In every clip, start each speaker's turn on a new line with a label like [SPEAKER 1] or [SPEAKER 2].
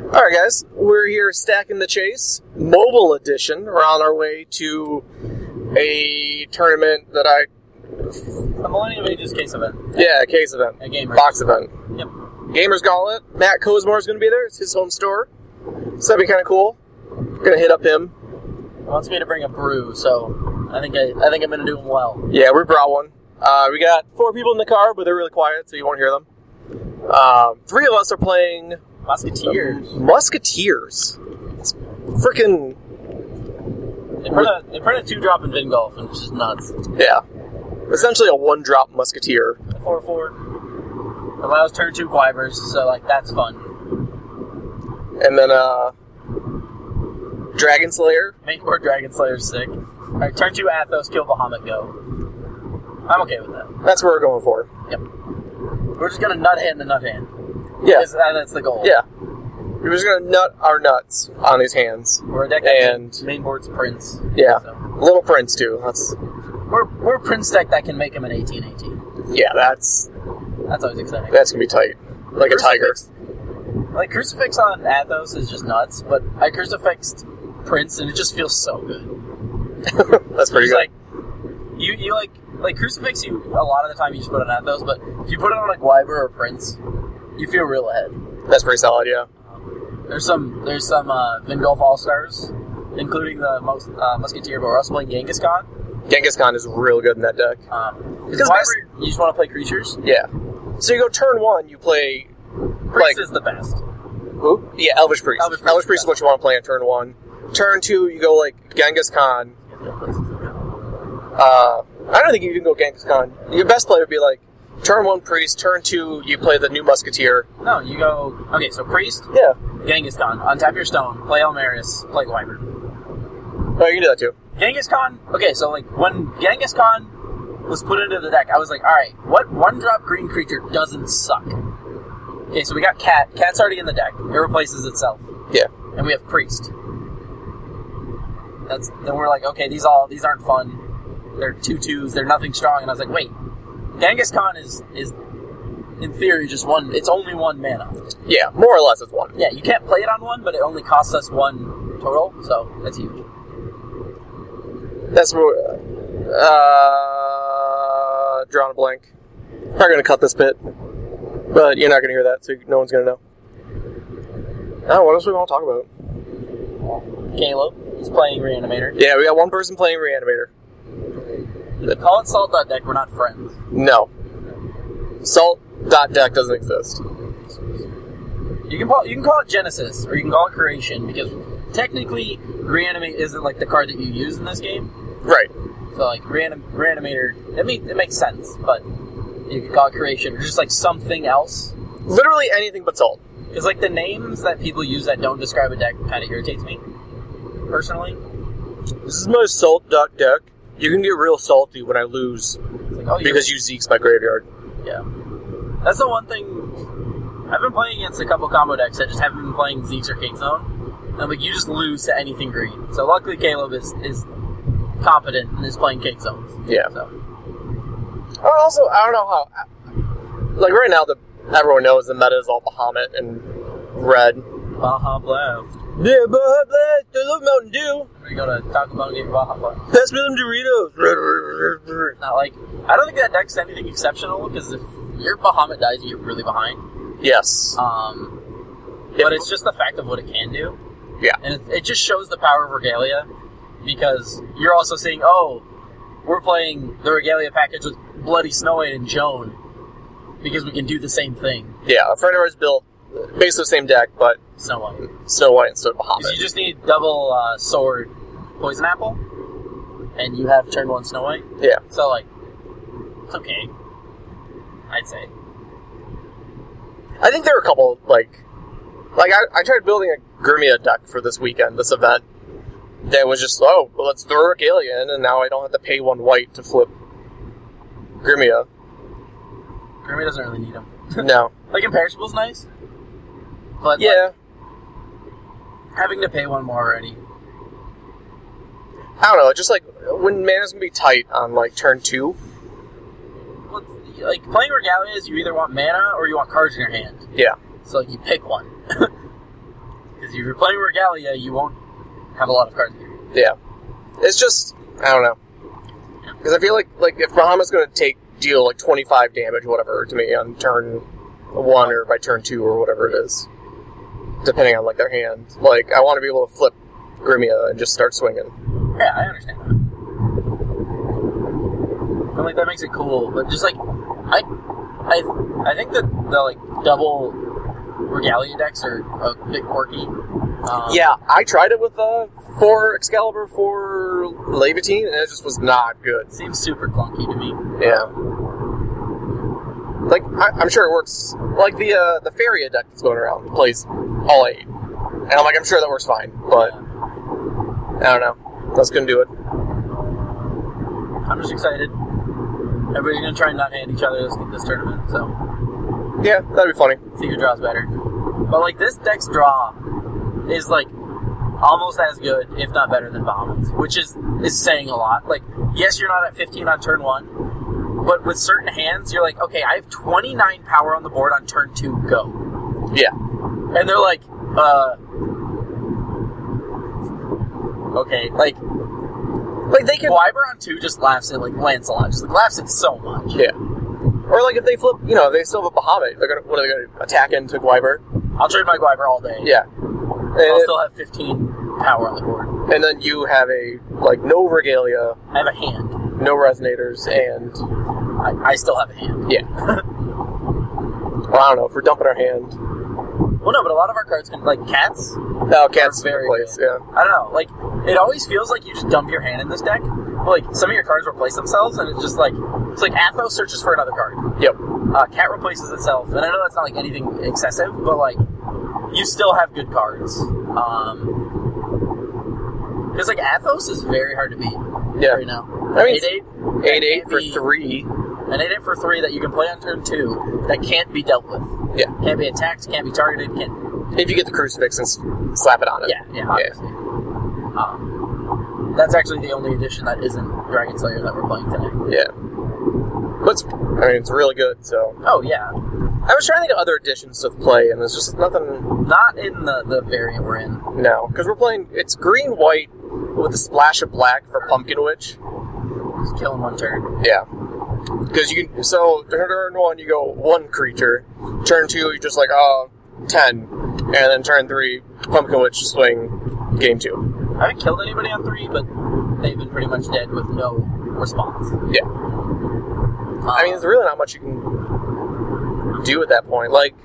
[SPEAKER 1] All right, guys, we're here stacking the chase, mobile edition. We're on our way to a tournament that I,
[SPEAKER 2] A Millennium Ages case event.
[SPEAKER 1] yeah, a case event,
[SPEAKER 2] A gamer.
[SPEAKER 1] box event.
[SPEAKER 2] Yep.
[SPEAKER 1] Gamers Gauntlet. Matt Cosmore is going to be there. It's his home store, so that'd be kind of cool. Gonna hit up him.
[SPEAKER 2] He wants me to bring a brew, so I think I, I think I'm gonna do him well.
[SPEAKER 1] Yeah, we brought one. Uh, we got four people in the car, but they're really quiet, so you won't hear them. Um, three of us are playing
[SPEAKER 2] Musketeers.
[SPEAKER 1] Musketeers. It's freaking
[SPEAKER 2] They put a they put a two drop in Vin Golf and it's just nuts.
[SPEAKER 1] yeah. Essentially a one-drop musketeer.
[SPEAKER 2] Four four. Allows turn two quibers, so like that's fun.
[SPEAKER 1] And then uh Dragon Slayer.
[SPEAKER 2] Make more Dragon Slayer sick. Alright, turn two Athos, kill Bahamut, go. I'm okay with that.
[SPEAKER 1] That's what we're going for.
[SPEAKER 2] Yep. We're just gonna nut hand to nut hand.
[SPEAKER 1] Yeah.
[SPEAKER 2] Is- and that's the goal.
[SPEAKER 1] Yeah. We're just gonna nut our nuts on these hands.
[SPEAKER 2] We're a deck
[SPEAKER 1] And-
[SPEAKER 2] that main board's Prince.
[SPEAKER 1] Yeah.
[SPEAKER 2] So
[SPEAKER 1] Little Prince too. That's
[SPEAKER 2] we're we're a Prince deck that can make him an eighteen eighteen.
[SPEAKER 1] yeah, that's
[SPEAKER 2] That's always exciting.
[SPEAKER 1] that's gonna be tight. Like a tiger.
[SPEAKER 2] Like crucifix on Athos is just nuts, but I crucifixed Prince and it just feels so good.
[SPEAKER 1] that's pretty good.
[SPEAKER 2] It's like you you like like crucifix you a lot of the time you just put it on Athos, but if you put it on like Wyber or Prince, you feel real ahead.
[SPEAKER 1] that's pretty solid, yeah.
[SPEAKER 2] There's some there's some uh Vingolf All Stars, including the most uh, Musketeer, but we're also playing Genghis Khan.
[SPEAKER 1] Genghis Khan is real good in that deck.
[SPEAKER 2] Um,
[SPEAKER 1] Because
[SPEAKER 2] because
[SPEAKER 1] bas-
[SPEAKER 2] Wyber, you just want to play creatures.
[SPEAKER 1] Yeah. So you go turn one, you play
[SPEAKER 2] Prince
[SPEAKER 1] Like-
[SPEAKER 2] is the best.
[SPEAKER 1] Who? Yeah, Elvish Priest.
[SPEAKER 2] Elvish
[SPEAKER 1] Elvish
[SPEAKER 2] Priest.
[SPEAKER 1] Priest, is what you want to play on turn one. Turn two, you go like Genghis Khan. Uh, I don't think you can go Genghis Khan. Your best play would be like turn one Priest, turn two, you play the new Musketeer.
[SPEAKER 2] No, you go okay. So priest,
[SPEAKER 1] Yeah.
[SPEAKER 2] Genghis Khan, untap your stone, play Elmaris, play Wyber.
[SPEAKER 1] Oh, you can do that too.
[SPEAKER 2] Genghis Khan. Okay, so like when Genghis Khan was put into the deck, I was like, all right, what one drop green creature doesn't suck? Okay, so we got Cat. Cat's already in the deck. It replaces itself,
[SPEAKER 1] Yeah.
[SPEAKER 2] and we have Priest. That's then we're like, okay, these all these aren't fun. They're two twos. They're nothing strong. And I was like, wait, Genghis Khan is is in theory just one. It's only one mana.
[SPEAKER 1] Yeah, more or less it's one.
[SPEAKER 2] Yeah, you can't play it on one, but it only costs us one total. So that's huge.
[SPEAKER 1] That's what. Uh, drawn a blank. Not gonna cut this bit, but you're not gonna hear that, so no one's gonna know. Oh, what else we want to talk about?
[SPEAKER 2] Caleb is playing Reanimator.
[SPEAKER 1] Yeah, we got one person playing Reanimator.
[SPEAKER 2] If you call it Salt Dot Deck, we're not friends.
[SPEAKER 1] No. Salt dot deck doesn't exist.
[SPEAKER 2] You can call you can call it Genesis or you can call it Creation because technically Reanimate isn't like the card that you use in this game.
[SPEAKER 1] Right.
[SPEAKER 2] So like Reanim- Reanimator, it, mean, it makes sense, but you can call it Creation or just like something else.
[SPEAKER 1] Literally anything but salt.
[SPEAKER 2] Because like the names that people use that don't describe a deck kind of irritates me personally.
[SPEAKER 1] This is my salt dot deck. You can get real salty when I lose
[SPEAKER 2] It's like, oh, you're-
[SPEAKER 1] because you Zeke's my graveyard.
[SPEAKER 2] Yeah. That's the one thing I've been playing against a couple combo decks that just haven't been playing Zeke's or King Zone. And I'm like, you just lose to anything green. So luckily Caleb is is competent and is playing King Zones.
[SPEAKER 1] Yeah.
[SPEAKER 2] So
[SPEAKER 1] Oh, also, I don't know how. Like right now, the everyone knows the meta is all Bahamut and red.
[SPEAKER 2] Baja Blast.
[SPEAKER 1] Yeah, Bahamut. I love Mountain Dew.
[SPEAKER 2] We go to Taco Bell and get Baja Blast.
[SPEAKER 1] Pass me them Doritos.
[SPEAKER 2] Not like I don't think that deck's anything exceptional because if your Bahamut dies, you get really behind.
[SPEAKER 1] Yes.
[SPEAKER 2] Um,
[SPEAKER 1] If-
[SPEAKER 2] but it's just the fact of what it can do.
[SPEAKER 1] Yeah.
[SPEAKER 2] And it, it just shows the power of Regalia because you're also seeing, oh, we're playing the Regalia package with Bloody Snow White and Joan because we can do the same thing,
[SPEAKER 1] Yeah, a friend of ours built basically the same deck, but
[SPEAKER 2] Snow White.
[SPEAKER 1] Snow White instead of
[SPEAKER 2] Because you
[SPEAKER 1] Bahamut.
[SPEAKER 2] just need double uh, sword Poison Apple and you have turn one Snow White.
[SPEAKER 1] Yeah.
[SPEAKER 2] So, like, it's okay. I'd say.
[SPEAKER 1] I think there were a couple like like I, I tried building a Gurmia deck for this weekend, this event. That was just oh, well, let's throw Regalia in, and now I don't have to pay one white to flip Gurmia.
[SPEAKER 2] Grimmy doesn't really need them.
[SPEAKER 1] No,
[SPEAKER 2] Like, Imperishable's nice. But, yeah.
[SPEAKER 1] yeah,
[SPEAKER 2] having to pay one more already.
[SPEAKER 1] I don't know. Just like when mana's gonna be tight on like turn two.
[SPEAKER 2] Well, it's- like playing Regalia is you either want mana or you want cards in your hand.
[SPEAKER 1] Yeah,
[SPEAKER 2] So like you pick one. Because if you're playing Regalia, you won't have a lot of cards.
[SPEAKER 1] Yeah, it's just I don't know because I feel like like if Bahamut's going to take deal like twenty five damage, whatever, to me on turn one or by turn two or whatever it is, depending on like their hand, like I want to be able to flip Grimia and just start swinging.
[SPEAKER 2] Yeah, I understand that. And like that makes it cool, but just like I, I, I think that the like double regalia decks are a bit quirky. Um,
[SPEAKER 1] Yeah, I tried it with uh, four Excalibur for Levitine, and it just was not good.
[SPEAKER 2] seems super clunky to me.
[SPEAKER 1] Yeah. Like I, I'm sure it works. Like the uh, the Feria deck that's going around plays all eight, and I'm like I'm sure that works fine, but I don't know. That's gonna do it.
[SPEAKER 2] I'm just excited. Everybody's gonna try and not hand each other this, this tournament, so
[SPEAKER 1] Yeah, that'd be funny.
[SPEAKER 2] see who draws better. But like this deck's draw is like almost as good, if not better, than Bahamut's, which is is saying a lot. Like, yes, you're not at 15 on turn one, but with certain hands, you're like, okay, I have 29 power on the board on turn two, go.
[SPEAKER 1] Yeah,
[SPEAKER 2] And they're like, uh, okay, like
[SPEAKER 1] like they can.
[SPEAKER 2] Wyber on two just laughs at like Lancelot, just like, laughs at so much.
[SPEAKER 1] Yeah, or like if they flip, you know, they still have a Bahamut. They're gonna what are they gonna attack into Gwyber?
[SPEAKER 2] I'll trade my Gwyber all day.
[SPEAKER 1] Yeah,
[SPEAKER 2] I'll
[SPEAKER 1] and,
[SPEAKER 2] still have 15 power on the board.
[SPEAKER 1] and then you have a like no Regalia,
[SPEAKER 2] I have a hand.
[SPEAKER 1] no Resonators, and
[SPEAKER 2] I, I still have a hand.
[SPEAKER 1] yeah. well, I don't know if we're dumping our hand.
[SPEAKER 2] Well, no, but a lot of our cards can, like cats,
[SPEAKER 1] No, Oh, cats
[SPEAKER 2] Are very
[SPEAKER 1] place.
[SPEAKER 2] good. I don't know. Like, it always feels like you just dump your hand in this deck. But, like, some of your cards replace themselves, and it's just like, it's like Athos searches for another card.
[SPEAKER 1] Yeah. Yep.
[SPEAKER 2] Uh, Cat replaces itself, and I know that's not like anything excessive, but like, you still have good cards. Um, because like Athos is very hard to beat
[SPEAKER 1] Yeah.
[SPEAKER 2] right now.
[SPEAKER 1] I mean,
[SPEAKER 2] eight eight,
[SPEAKER 1] Eight eight
[SPEAKER 2] can't
[SPEAKER 1] for
[SPEAKER 2] be-
[SPEAKER 1] three.
[SPEAKER 2] an eight eight for three that you can play on turn two that can't be dealt with.
[SPEAKER 1] Yeah.
[SPEAKER 2] can't be attacked, can't be targeted, can't
[SPEAKER 1] If you get the crucifix and s- slap it on it.
[SPEAKER 2] Yeah, yeah, obviously. Um, that's actually the only edition that isn't Dragon Slayer that we're playing today.
[SPEAKER 1] Yeah. But it's, I mean, it's really good. So
[SPEAKER 2] Oh yeah,
[SPEAKER 1] I was trying to think of other editions to play, and there's just nothing
[SPEAKER 2] not in the, the variant we're in.
[SPEAKER 1] now because we're playing. It's green white with a splash of black for Pumpkin Witch.
[SPEAKER 2] Just killing one turn.
[SPEAKER 1] Yeah. Because you can, so turn one you go one creature, turn two you just like oh ten, and then turn three Pumpkin Witch swing game two.
[SPEAKER 2] I haven't killed anybody on three, but they've been pretty much dead with no response.
[SPEAKER 1] Yeah.
[SPEAKER 2] Um,
[SPEAKER 1] I mean, there's really not much you can do at that point. Like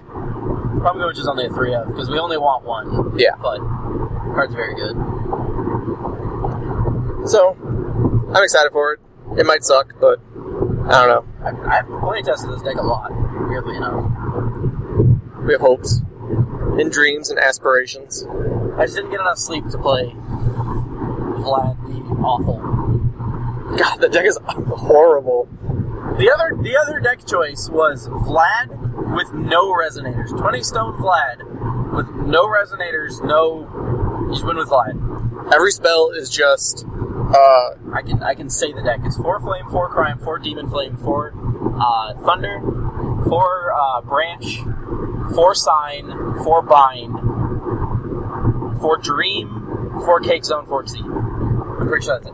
[SPEAKER 2] probably which is only a three of because we only want one,
[SPEAKER 1] yeah.
[SPEAKER 2] but card's very good.
[SPEAKER 1] So, I'm excited for it. It might suck, but I don't know.
[SPEAKER 2] I, I've playtested this deck a lot, weirdly enough.
[SPEAKER 1] We have hopes and dreams and aspirations.
[SPEAKER 2] I just didn't get enough sleep to play Vlad the Awful.
[SPEAKER 1] God, the deck is horrible.
[SPEAKER 2] The other the other deck choice was Vlad with no resonators. Twenty stone Vlad with no resonators, no you just win with Vlad.
[SPEAKER 1] Every spell is just uh,
[SPEAKER 2] I can I can say the deck. It's four flame, four crime, four demon flame, four uh, thunder, four uh, branch, four sign, four bind, four dream, four cake zone, four seed. I'm pretty sure that's it.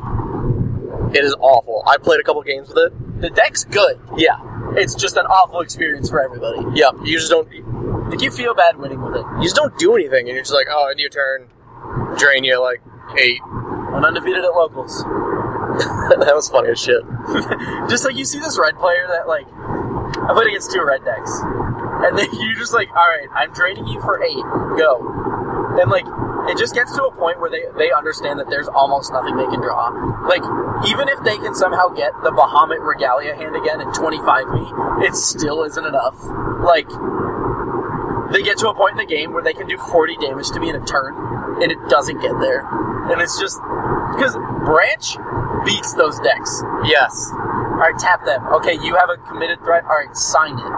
[SPEAKER 1] it is awful. I played a couple games with it.
[SPEAKER 2] The deck's good.
[SPEAKER 1] Yeah,
[SPEAKER 2] It's just an awful experience for everybody.
[SPEAKER 1] yeah. You just don't, you
[SPEAKER 2] Like you feel bad winning with it.
[SPEAKER 1] just don't do anything, and you're just like, oh, end of your turn, drain you like eight.
[SPEAKER 2] When undefeated at locals.
[SPEAKER 1] that was funny as shit.
[SPEAKER 2] just like you see this red player that like I played against two red decks, and then you just like, all right, I'm draining you for eight, go, and like it just gets to a point where they they understand that there's almost nothing they can draw. Like even if they can somehow get the Bahamut Regalia hand again and 25 me, it still isn't enough. Like they get to a point in the game where they can do 40 damage to me in a turn, and it doesn't get there, and it's just because Branch beats those decks.
[SPEAKER 1] Yes,
[SPEAKER 2] All right, tap them. Okay, you have a committed threat. All right, sign it.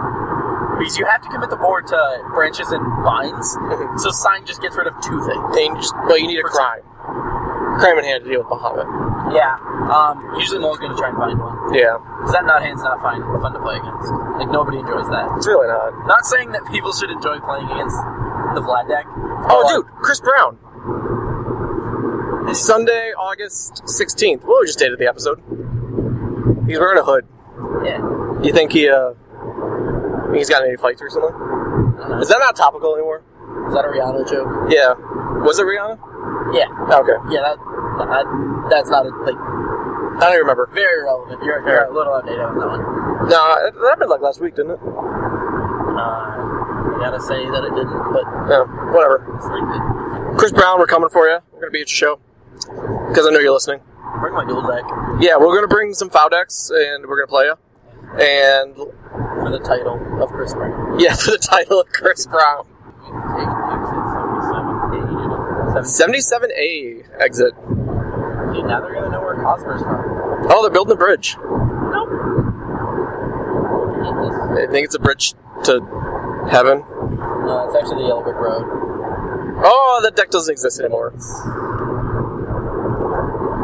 [SPEAKER 2] Because you have to commit the board to branches and binds. So sign just gets rid of two things.
[SPEAKER 1] and you just, but you need a crime, crime in hand to deal with Bahamut.
[SPEAKER 2] Yeah. Um, usually Mo's going to try and find one.
[SPEAKER 1] Yeah,
[SPEAKER 2] Because that not hand's not fine, fun to play against. Like, nobody enjoys that.
[SPEAKER 1] it's really not.
[SPEAKER 2] Not saying that people should enjoy playing against the Vlad deck.
[SPEAKER 1] Oh, dude, Chris Brown. Sunday, August 16th. Well, we just dated the episode. He's wearing a hood.
[SPEAKER 2] Yeah.
[SPEAKER 1] You think he, uh, think he's got any fights or something?
[SPEAKER 2] I don't know.
[SPEAKER 1] Is that not topical anymore?
[SPEAKER 2] Uh, Is that a Rihanna joke?
[SPEAKER 1] Yeah. Was it Rihanna? Oh,
[SPEAKER 2] Yeah.
[SPEAKER 1] Okay.
[SPEAKER 2] Yeah, that, that that's not a, like
[SPEAKER 1] I don't even remember.
[SPEAKER 2] very relevant. You're, you're a little outdated on that one.
[SPEAKER 1] No, that happened like last week, didn't it?
[SPEAKER 2] Uh, I gotta say that it didn't, but
[SPEAKER 1] Yeah, whatever.
[SPEAKER 2] it's like
[SPEAKER 1] Chris Brown, we're coming for you. We're going to be at your show. Because I know you're listening.
[SPEAKER 2] bring my dual deck
[SPEAKER 1] Yeah, we're going to bring some foul decks and we're going to play you. And
[SPEAKER 2] for the title of Chris Brown.
[SPEAKER 1] Yeah, for the title of Chris Brown.
[SPEAKER 2] Seventeen.
[SPEAKER 1] 77A exit.
[SPEAKER 2] Now they're gonna know where Cosmer's from.
[SPEAKER 1] Oh, they're building a bridge.
[SPEAKER 2] Nope. Hate this.
[SPEAKER 1] I think it's a bridge to heaven.
[SPEAKER 2] No, it's actually the Yellow Brick Road.
[SPEAKER 1] Oh, that deck doesn't exist anymore.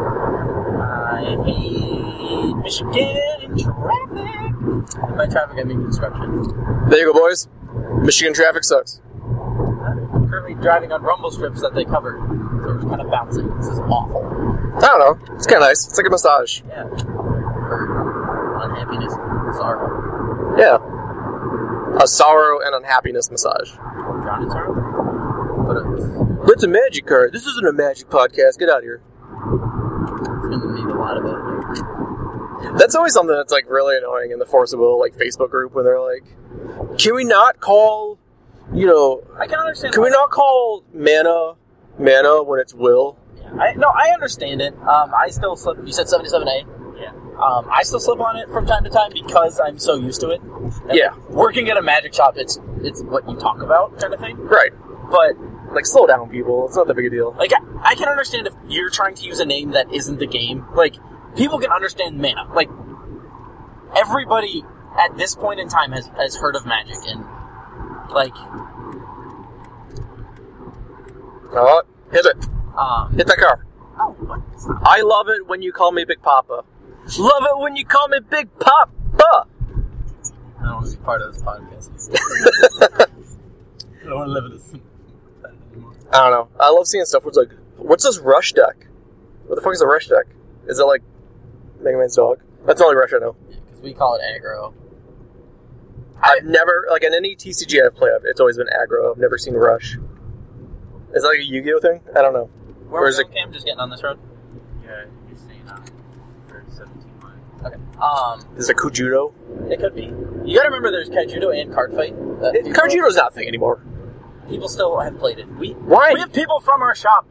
[SPEAKER 2] I hate Michigan in traffic. By traffic, I mean construction.
[SPEAKER 1] There you go, boys. Michigan traffic sucks.
[SPEAKER 2] I'm currently driving on rumble strips that they covered, so we're just kind of bouncing. This is awful.
[SPEAKER 1] I don't know. It's kind of nice. It's like a massage.
[SPEAKER 2] Yeah. For unhappiness, sorrow.
[SPEAKER 1] Yeah. A sorrow and unhappiness massage.
[SPEAKER 2] Drowned in sorrow? But it's
[SPEAKER 1] It's a magic card. This isn't a magic podcast. Get out of here.
[SPEAKER 2] going to need a lot of it.
[SPEAKER 1] That's always something that's like really annoying in the forcible like Facebook group when they're like, "Can we not call, you know,
[SPEAKER 2] I can understand.
[SPEAKER 1] Can we
[SPEAKER 2] why-
[SPEAKER 1] not call mana mana when it's will?
[SPEAKER 2] Yeah, I, no, I understand it. Um, I still slip. You said seventy-seven A. Yeah. Um, I still slip on it from time to time because I'm so used to it. And
[SPEAKER 1] Yeah.
[SPEAKER 2] Working at a magic shop, it's it's what you talk about kind of thing.
[SPEAKER 1] Right.
[SPEAKER 2] But
[SPEAKER 1] Like slow down, people. It's not that big a deal.
[SPEAKER 2] like, I, I can understand if you're trying to use a name that isn't the game. Like, people can understand mana. Like, everybody at this point in time has has heard of magic and like
[SPEAKER 1] Oh, hit it.
[SPEAKER 2] um.
[SPEAKER 1] Hit that car.
[SPEAKER 2] Oh, what? It's not-
[SPEAKER 1] I love it when you call me Big Papa. Love it when you call me Big Papa.
[SPEAKER 2] I don't want to be part of this podcast. I don't want to live with this. anymore.
[SPEAKER 1] I don't know. I love seeing stuff where it's like, what's this rush deck? What the fuck is a rush deck? Is it like Mega Man's dog? That's the only rush I know.
[SPEAKER 2] Because we call it aggro. I-
[SPEAKER 1] I've never like in any TCG I've played, it's always been aggro. I've never seen rush. Is that like a Yu-Gi-Oh thing? I don't know.
[SPEAKER 2] Where
[SPEAKER 1] Or
[SPEAKER 2] was
[SPEAKER 1] is
[SPEAKER 2] it? Cam just getting on this road.
[SPEAKER 3] Yeah, you're staying on for 17 miles.
[SPEAKER 2] Okay. Um,
[SPEAKER 1] Is it Kujudo?
[SPEAKER 2] it could be. You gotta remember, there's kaijudo and card fight. Uh,
[SPEAKER 1] It-
[SPEAKER 2] people-
[SPEAKER 1] Karjudo's not a thing anymore.
[SPEAKER 2] People still have played it. We
[SPEAKER 1] Why?
[SPEAKER 2] we have people from our shop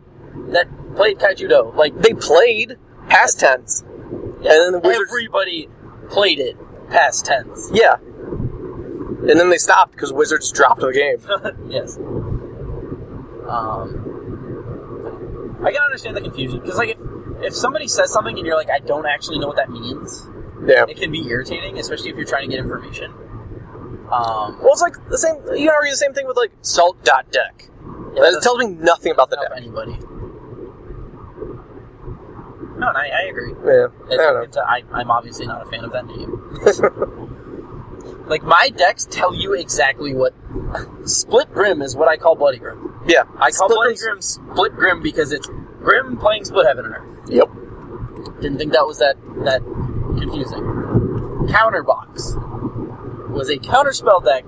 [SPEAKER 2] that played kaijudo. Like
[SPEAKER 1] they played past tense. And then the Wizards-
[SPEAKER 2] everybody played it past tense.
[SPEAKER 1] Yeah. And then they stopped because Wizards dropped the game.
[SPEAKER 2] yes. Um, I can understand the confusion because like if if somebody says something and you're like I don't actually know what that means,
[SPEAKER 1] Yeah.
[SPEAKER 2] it can be irritating, especially if you're trying to get information. Um,
[SPEAKER 1] Well, it's like the same. You can argue the same thing with like salt dot deck.
[SPEAKER 2] yeah,
[SPEAKER 1] it tells me nothing about the
[SPEAKER 2] help
[SPEAKER 1] deck.
[SPEAKER 2] anybody. No, and I, I agree.
[SPEAKER 1] Yeah.
[SPEAKER 2] As
[SPEAKER 1] I
[SPEAKER 2] you
[SPEAKER 1] don't know.
[SPEAKER 2] can tell, I, I'm obviously not a fan of that name. like my decks tell you exactly what split grim is. What I call bloody grim.
[SPEAKER 1] Yeah.
[SPEAKER 2] I call
[SPEAKER 1] Split
[SPEAKER 2] bloody
[SPEAKER 1] Grim's-
[SPEAKER 2] grim split grim because it's grim playing split heaven and earth.
[SPEAKER 1] Yep.
[SPEAKER 2] Didn't think that was that that confusing. Counter box was a counter spell deck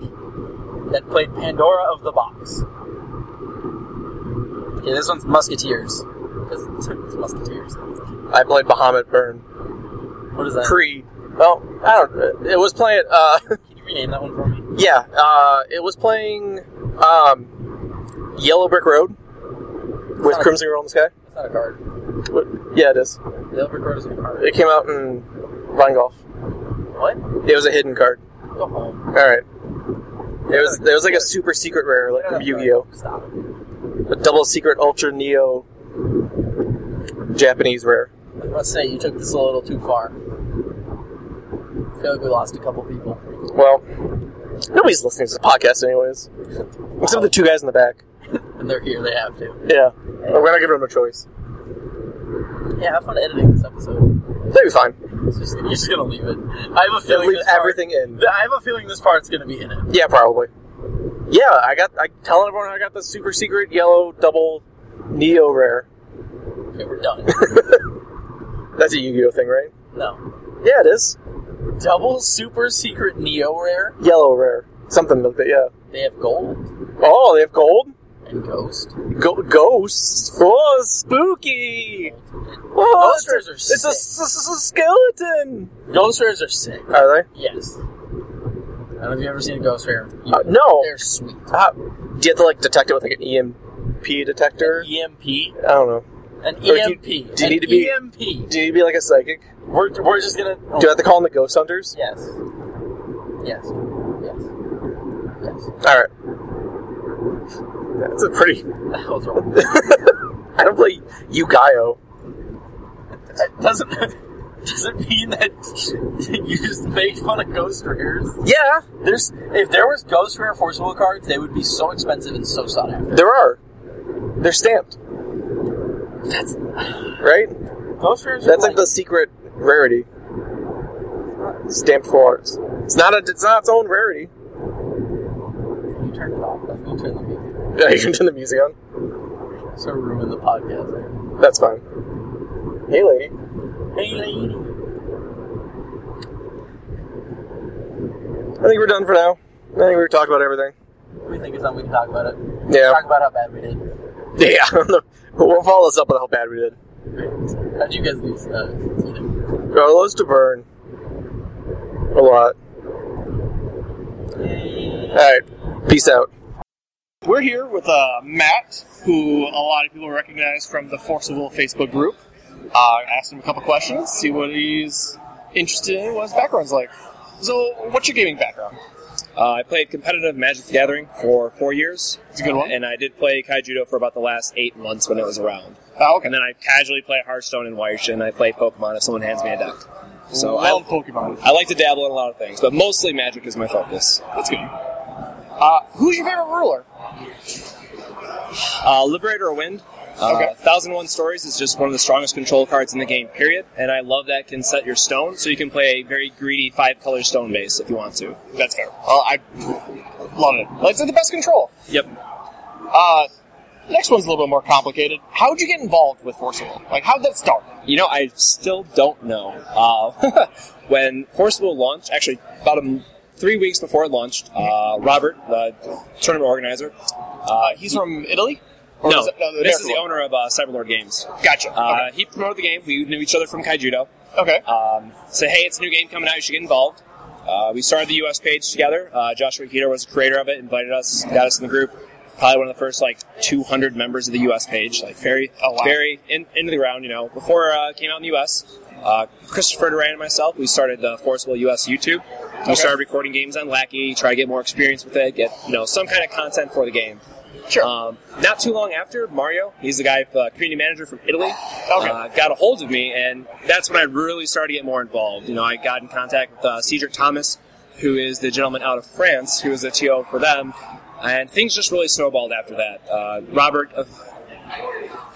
[SPEAKER 2] that played Pandora of the Box. Okay, this one's Musketeers because it's Musketeers.
[SPEAKER 1] I played Bahamut Burn
[SPEAKER 2] What is that?
[SPEAKER 1] pre. Well, I don't. It was playing. Uh,
[SPEAKER 2] Can you rename that one for me?
[SPEAKER 1] yeah. Uh, it was playing. Um, Yellow Brick Road with
[SPEAKER 2] Huh.
[SPEAKER 1] Crimson Girl in the Sky.
[SPEAKER 2] It's not a card.
[SPEAKER 1] What- Yeah, it is.
[SPEAKER 2] The Elbrick Road is a card.
[SPEAKER 1] It came out in Rheingold.
[SPEAKER 2] What?
[SPEAKER 1] It was a hidden card.
[SPEAKER 2] Go home.
[SPEAKER 1] All right. It was there was like a super secret rare, like from Yu-Gi-Oh,
[SPEAKER 2] Stop. it.
[SPEAKER 1] a double secret ultra neo Japanese rare.
[SPEAKER 2] I must say you took this a little too far. I feel like we lost a couple people.
[SPEAKER 1] Well, nobody's listening to this podcast, anyways, except the two guys in the back.
[SPEAKER 2] And they're here, they have to.
[SPEAKER 1] Yeah, we're not giving them a choice.
[SPEAKER 2] Yeah, have fun editing this episode.
[SPEAKER 1] They'll be fine.
[SPEAKER 2] It's just, you're just gonna leave it. I have a feeling
[SPEAKER 1] Leave
[SPEAKER 2] this part-
[SPEAKER 1] everything in.
[SPEAKER 2] I have a feeling this part's gonna be in it.
[SPEAKER 1] Yeah, probably. Yeah, I got. I telling everyone I got the super secret yellow double neo rare.
[SPEAKER 2] Okay, we're done.
[SPEAKER 1] That's a Yu-Gi-Oh thing, right?
[SPEAKER 2] no.
[SPEAKER 1] Yeah, it is
[SPEAKER 2] Double super secret Neo rare.
[SPEAKER 1] yellow rare. Something like that. Yeah.
[SPEAKER 2] They have gold
[SPEAKER 1] Oh, they have gold.
[SPEAKER 2] and ghost.
[SPEAKER 1] Go- ghosts. Oh, spooky. Oh,
[SPEAKER 2] Ghost rares are
[SPEAKER 1] it's, a, it's a,
[SPEAKER 2] sick.
[SPEAKER 1] s- s- s- skeleton.
[SPEAKER 2] Ghost rares are sick.
[SPEAKER 1] Are they?
[SPEAKER 2] Yes. I don't know if you've ever seen a ghost rare.
[SPEAKER 1] Uh, no.
[SPEAKER 2] They're sweet.
[SPEAKER 1] How- do you have to like detect it with like an EMP detector?
[SPEAKER 2] EMP.
[SPEAKER 1] I don't know.
[SPEAKER 2] E An
[SPEAKER 1] do you-
[SPEAKER 2] EMP.
[SPEAKER 1] do you
[SPEAKER 2] An E
[SPEAKER 1] need to be-
[SPEAKER 2] EMP.
[SPEAKER 1] Do you need to be like a psychic?
[SPEAKER 2] We're, we're just gonna.
[SPEAKER 1] Do I have to call in the ghost hunters?
[SPEAKER 2] Oh, Yes. Yes. Yes. Yes.
[SPEAKER 1] All right. That's a pretty.
[SPEAKER 2] That was wrong.
[SPEAKER 1] I don't play Yu-Gi-Oh.
[SPEAKER 2] That doesn't doesn't mean that you just make fun of ghost rares.
[SPEAKER 1] Yeah,
[SPEAKER 2] There's if there was ghost rare forcible cards, they would be so expensive and so sought after.
[SPEAKER 1] there are. They're stamped,
[SPEAKER 2] That's
[SPEAKER 1] right?
[SPEAKER 2] ghost rares.
[SPEAKER 1] That's like the secret rarity. Stamped for arts. It's not a. It's not its own rarity.
[SPEAKER 2] You turn it off. Let me turn the music.
[SPEAKER 1] Yeah, you can turn the music on.
[SPEAKER 2] So ruin the podcast. There.
[SPEAKER 1] That's fine. Hey, lady.
[SPEAKER 2] Hey lady.
[SPEAKER 1] I think we're done for now. I think we talked about everything.
[SPEAKER 2] We think it's something we can talk about it.
[SPEAKER 1] Yeah.
[SPEAKER 2] Talk about how bad we did.
[SPEAKER 1] Yeah. we'll follow this up with how bad we did.
[SPEAKER 2] How'd you guys lose? Uh, you know.
[SPEAKER 1] Oh, loads to burn. A lot. All right. Peace out. We're here with uh, Matt, who a lot of people recognize from the Force of Will Facebook group. Uh, asked him a couple questions, see what he's interested in, what his background's like. So, what's your gaming background?
[SPEAKER 4] Uh, I played competitive Magic the Gathering for four years.
[SPEAKER 1] It's a good one.
[SPEAKER 4] And I did play Kaijudo for about the last eight months when it was around.
[SPEAKER 1] Oh, okay.
[SPEAKER 4] And then I casually play Hearthstone and Wireshark, and I play Pokemon if someone hands me a deck. So
[SPEAKER 1] love
[SPEAKER 4] I,
[SPEAKER 1] Pokemon.
[SPEAKER 4] I like to dabble in a lot of things, but mostly Magic is my focus.
[SPEAKER 1] That's good. Uh, who's your favorite ruler?
[SPEAKER 4] Uh, Liberator of Wind. Uh,
[SPEAKER 1] Okay.
[SPEAKER 4] 1001 Stories is just one of the strongest control cards in the game, period. And I love that it can set your stone, so you can play a very greedy five color stone base if you want to.
[SPEAKER 1] That's fair. Uh, I love it. Like, it's the best control.
[SPEAKER 4] Yep.
[SPEAKER 1] Uh, next one's a little bit more complicated. How would you get involved with Forcible? Like, how'd that start?
[SPEAKER 4] You know, I still don't know. Uh, when Forcible launched, actually about um, three weeks before it launched, uh, Robert, the tournament organizer, uh,
[SPEAKER 1] He's from Italy? Or
[SPEAKER 4] no,
[SPEAKER 1] is it- no, the
[SPEAKER 4] this is
[SPEAKER 1] American
[SPEAKER 4] the
[SPEAKER 1] one.
[SPEAKER 4] owner of uh, Cyberlord Games.
[SPEAKER 1] Gotcha.
[SPEAKER 4] Uh, He promoted the game. We knew each other from Kaijudo.
[SPEAKER 1] okay. Okay.
[SPEAKER 4] Um, said, "Hey, it's a new game coming out. You should get involved." Uh, we started the U.S. page together. Uh, Joshua Keter was the creator of it. Invited us, got us in the group. Probably one of the first like 200 members of the U.S. page. Like very,
[SPEAKER 1] Oh, wow.
[SPEAKER 4] very in, into the ground. You know, before uh, it came out in the U.S., uh, Christopher Duran and myself, we started the Forceful U.S. YouTube. We
[SPEAKER 1] Okay.
[SPEAKER 4] started recording games on Lackey, try to get more experience with it, get you know some kind of content for the game.
[SPEAKER 1] Sure.
[SPEAKER 4] Um, not too long after, Mario, he's the guy, uh, community manager from Italy,
[SPEAKER 1] Okay.
[SPEAKER 4] uh, got a hold of me, and that's when I really started to get more involved. You know, I got in contact with uh, Cedric Thomas, who is the gentleman out of France, who was the TO for them, and things just really snowballed after that. Uh, Robert, uh,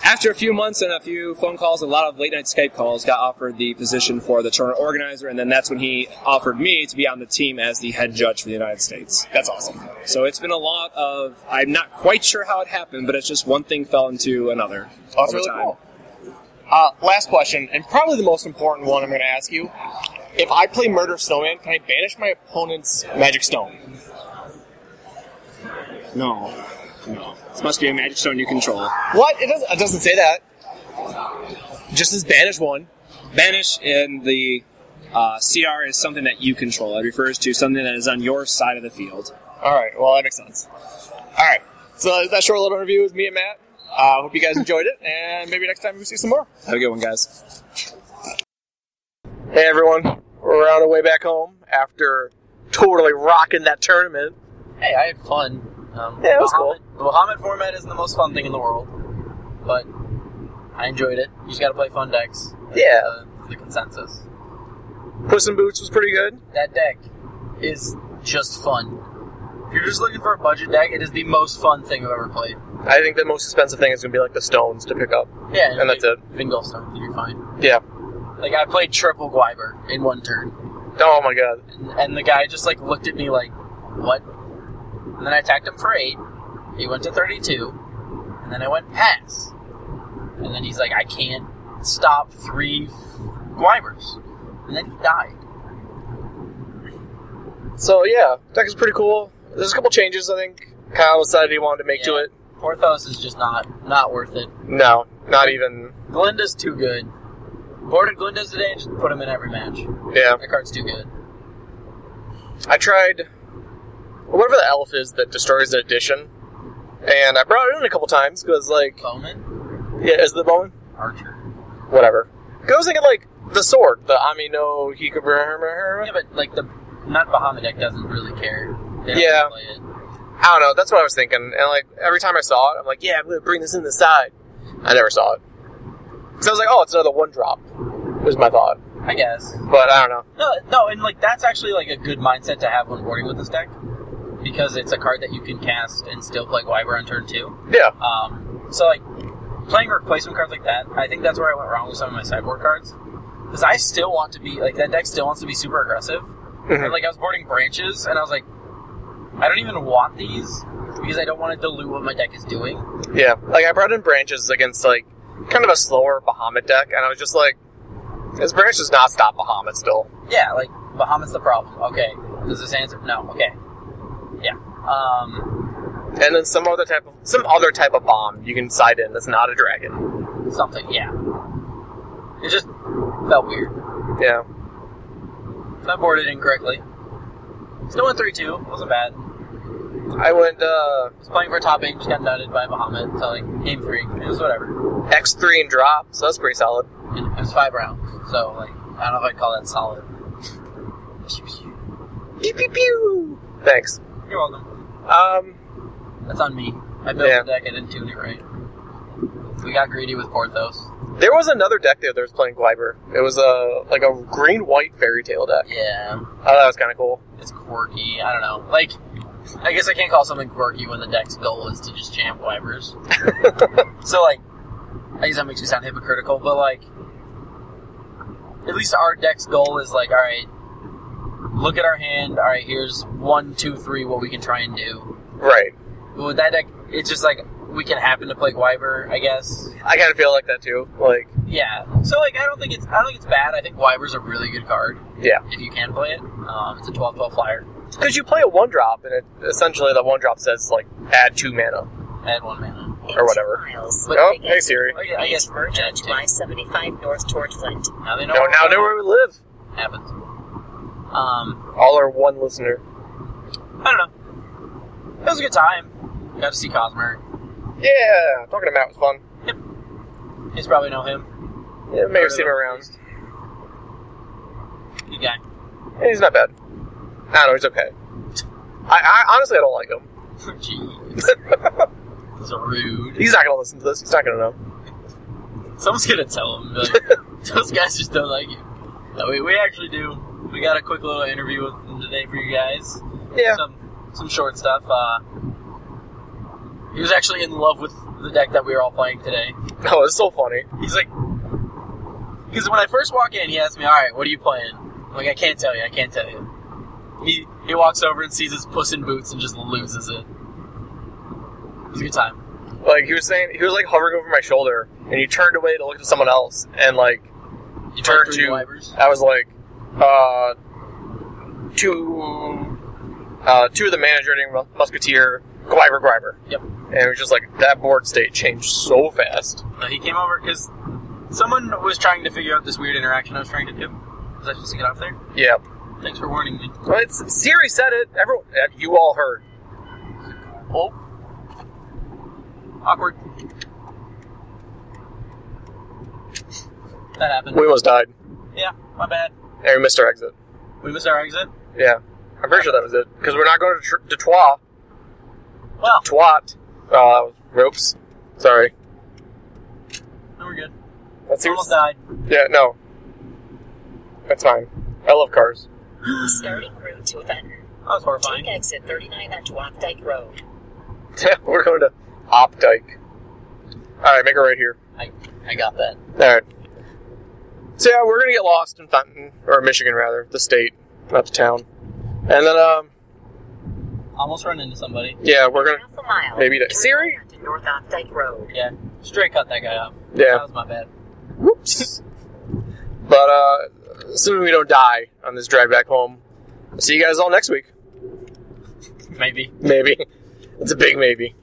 [SPEAKER 4] after a few months and a few phone calls, a lot of late night Skype calls, got offered the position for the tournament organizer, and then that's when he offered me to be on the team as the head judge for the United States.
[SPEAKER 1] That's awesome.
[SPEAKER 4] So it's been a lot of. I'm not quite sure how it happened, but it's just one thing fell into another.
[SPEAKER 1] Oh, that's
[SPEAKER 4] over
[SPEAKER 1] really
[SPEAKER 4] time.
[SPEAKER 1] cool. Uh, last question, and probably the most important one I'm going to ask you. If I play Murder Snowman, can I banish my opponent's Magic Stone?
[SPEAKER 4] No, no. This must be a magic stone you control.
[SPEAKER 1] What? It doesn't, it doesn't say that. Just as banish one.
[SPEAKER 4] Banish in the uh, CR is something that you control. It refers to something that is on your side of the field.
[SPEAKER 1] All right. Well, that makes sense. All right. So that short little interview with me and Matt. I uh, hope you guys enjoyed it, and maybe next time we see some more.
[SPEAKER 4] Have a good one, guys.
[SPEAKER 1] Hey everyone, we're on our way back home after totally rocking that tournament.
[SPEAKER 2] Hey, I had fun. Um,
[SPEAKER 1] Yeah, it was
[SPEAKER 2] Muhammad, The Muhammad format isn't the most fun thing in the world, but I enjoyed it. You just got to play fun decks.
[SPEAKER 1] Yeah.
[SPEAKER 2] Uh, the consensus.
[SPEAKER 1] Puss in Boots was pretty good.
[SPEAKER 2] That deck is just fun. If you're just looking for a budget deck, it is the most fun thing I've ever played.
[SPEAKER 1] I think the most expensive thing is gonna be like the stones to pick up.
[SPEAKER 2] Yeah,
[SPEAKER 1] And that's it.
[SPEAKER 2] Vinglestone, you're fine.
[SPEAKER 1] Yeah.
[SPEAKER 2] Like I played triple Gwyber in one turn,
[SPEAKER 1] Oh my god.
[SPEAKER 2] and, and the guy just like looked at me like, "What?" And then I attacked him for 8. He went to 32. And then I went pass. And then he's like, I can't stop three climbers. And then he died.
[SPEAKER 1] So yeah, deck is pretty cool. There's a couple changes I think Kyle decided he wanted to make to
[SPEAKER 2] Yeah.
[SPEAKER 1] it.
[SPEAKER 2] Porthos is just not not worth it.
[SPEAKER 1] No, not even.
[SPEAKER 2] Glinda's too good. Boarded Glinda's today and just put him in every match.
[SPEAKER 1] Yeah,
[SPEAKER 2] That card's too good.
[SPEAKER 1] I tried whatever the elf is that destroys an edition, and I brought it in a couple times because like
[SPEAKER 2] Bowman?
[SPEAKER 1] yeah, is the bone
[SPEAKER 2] Archer.
[SPEAKER 1] whatever. 'Cause I was thinking like the sword, the Amino Hikabara.
[SPEAKER 2] Yeah, but like the not Bahamidek doesn't really care. They don't
[SPEAKER 1] Yeah.
[SPEAKER 2] Play it.
[SPEAKER 1] I don't know. That's what I was thinking. And like every time I saw it, I'm like, yeah, I'm gonna bring this in the side. I never saw it. So I was like, oh, it's another one drop. Was my thought,
[SPEAKER 2] I guess.
[SPEAKER 1] but I don't know.
[SPEAKER 2] No, no, and like that's actually like a good mindset to have when boarding with this deck because it's a card that you can cast and still play Wyber on turn two.
[SPEAKER 1] Yeah,
[SPEAKER 2] Um, so like playing replacement cards like that, I think that's where I went wrong with some of my sideboard cards because I still want to be like that deck still wants to be super aggressive. And, like I was boarding branches and I was like, I don't even want these because I don't want to dilute what my deck is doing.
[SPEAKER 1] yeah. Like I brought in branches against like kind of a slower Bahamut deck, and I was just like, this branch does not stop Bahamut still.
[SPEAKER 2] Yeah, like Bahamut's the problem. Okay, does this answer? No. Okay. Yeah. Um,
[SPEAKER 1] And then some other type of some other type of bomb you can side in that's not a dragon.
[SPEAKER 2] something. Yeah, it just felt weird.
[SPEAKER 1] Yeah,
[SPEAKER 2] I boarded incorrectly. Still went three two. Wasn't bad.
[SPEAKER 1] I went uh,
[SPEAKER 2] Was playing for top eight. Just got nutted by Muhammad. So like game three. It was whatever.
[SPEAKER 1] X three and drop, so that's pretty solid.
[SPEAKER 2] And it was five rounds. So like I don't know if I'd call that solid. Pew, pew.
[SPEAKER 1] Pew pew pew. Thanks.
[SPEAKER 2] You're welcome.
[SPEAKER 1] Um,
[SPEAKER 2] That's on me. I built
[SPEAKER 1] Yeah.
[SPEAKER 2] the deck. I didn't tune it right. We got greedy with Porthos.
[SPEAKER 1] There was another deck there that was playing Glyber. It was a like a green white fairy tale deck.
[SPEAKER 2] Yeah,
[SPEAKER 1] I thought that was kind of cool.
[SPEAKER 2] it's quirky. I don't know. Like, I guess I can't call something quirky when the deck's goal is to just jam wipers. so, like, I guess that makes me sound hypocritical, but like, at least our deck's goal is like, all right, look at our hand. All right, here's one, two, three, what we can try and do.
[SPEAKER 1] Right.
[SPEAKER 2] But with that deck, it's just like we can happen to play Wyber, I guess.
[SPEAKER 1] I kind of feel like that too. Like,
[SPEAKER 2] Yeah. So like, I don't think it's I don't think it's bad. I think Wyber's a really good card.
[SPEAKER 1] Yeah.
[SPEAKER 2] If you can play it, um, it's a 12-12 flyer.
[SPEAKER 1] because you play a one drop, and it essentially the one drop says like add two mana.
[SPEAKER 2] Add one mana.
[SPEAKER 1] Or whatever.
[SPEAKER 5] Miles.
[SPEAKER 2] But-
[SPEAKER 1] oh, hey Siri.
[SPEAKER 2] Oh, yeah, I guess we're
[SPEAKER 5] Virgin
[SPEAKER 2] too.
[SPEAKER 5] to I-75 North toward Flint.
[SPEAKER 2] Now they know.
[SPEAKER 1] No,
[SPEAKER 2] where
[SPEAKER 1] now
[SPEAKER 2] we're
[SPEAKER 1] know where we live.
[SPEAKER 2] going. happens. Um,
[SPEAKER 1] All our one listener.
[SPEAKER 2] I don't know. It was a good time. Got to see Cosmer.
[SPEAKER 1] Yeah, talking to Matt was fun.
[SPEAKER 2] You guys probably know him.
[SPEAKER 1] Yeah, may have seen him around.
[SPEAKER 2] Good guy.
[SPEAKER 1] Yeah, he's not bad. I don't know. He's okay. I, I honestly I don't like him.
[SPEAKER 2] Jeez. That's rude.
[SPEAKER 1] He's not gonna listen to this. He's not gonna know.
[SPEAKER 2] Someone's gonna tell him. be Like, Those guys just don't like you. No, we, we actually do. We got a quick little interview with him today for you guys.
[SPEAKER 1] Yeah.
[SPEAKER 2] Some some short stuff. Uh, he was actually in love with the deck that we were all playing today.
[SPEAKER 1] Oh, it's so funny.
[SPEAKER 2] He's like, because when I first walk in, he asked me, "All right, what are you playing?" I'm like, "I can't tell you. I can't tell you." He he walks over and sees his puss in boots and just loses it. It was a good time.
[SPEAKER 1] Like he was saying, he was like hovering over my shoulder, and you turned away to look at someone else, and like
[SPEAKER 2] You
[SPEAKER 1] Turn
[SPEAKER 2] played three
[SPEAKER 1] to-
[SPEAKER 2] wipers.
[SPEAKER 1] I was like, uh, two, uh, two of the manager named Mus- Musketeer, Griber Griber.
[SPEAKER 2] Yep.
[SPEAKER 1] And it was just like that board state changed so fast.
[SPEAKER 2] No, Uh, he came over because someone was trying to figure out this weird interaction I was trying to do. Was I supposed to get off there?
[SPEAKER 1] Yeah.
[SPEAKER 2] Thanks for warning me.
[SPEAKER 1] Well, it's Siri said it. Everyone, eh, you all heard.
[SPEAKER 2] Oh, awkward. That happened.
[SPEAKER 1] We almost died,
[SPEAKER 2] Yeah, my bad.
[SPEAKER 1] and we missed our exit.
[SPEAKER 2] We missed our exit.
[SPEAKER 1] Yeah. I'm pretty sure that was it because we're not going to tr- to Trois.
[SPEAKER 2] Well,
[SPEAKER 1] Twat. Uh, ropes. Sorry.
[SPEAKER 2] no, we're good.
[SPEAKER 1] That's
[SPEAKER 2] Almost died.
[SPEAKER 1] Yeah. No. That's fine. I love cars.
[SPEAKER 5] Starting route to Fenton.
[SPEAKER 2] That was horrifying.
[SPEAKER 5] Take exit 39 at Dwarf Dyke Road.
[SPEAKER 1] We're going to Opdyke. All right, make it right here.
[SPEAKER 2] I, I got that.
[SPEAKER 1] All right. So yeah, we're gonna get lost in Fountain or Michigan rather, the state, not the town. And then um,
[SPEAKER 2] Almost run into somebody.
[SPEAKER 6] Yeah, we're gonna.
[SPEAKER 5] Half a mile.
[SPEAKER 6] Maybe to-
[SPEAKER 5] Turn
[SPEAKER 6] Siri?
[SPEAKER 5] left onto North Opdyke Road.
[SPEAKER 2] Yeah. Straight cut that guy up. That
[SPEAKER 6] Yeah.
[SPEAKER 2] was my bad.
[SPEAKER 6] Whoops. But uh, assuming we don't die on this drive back home, see you guys all next week.
[SPEAKER 2] Maybe.
[SPEAKER 6] Maybe. It's a big maybe.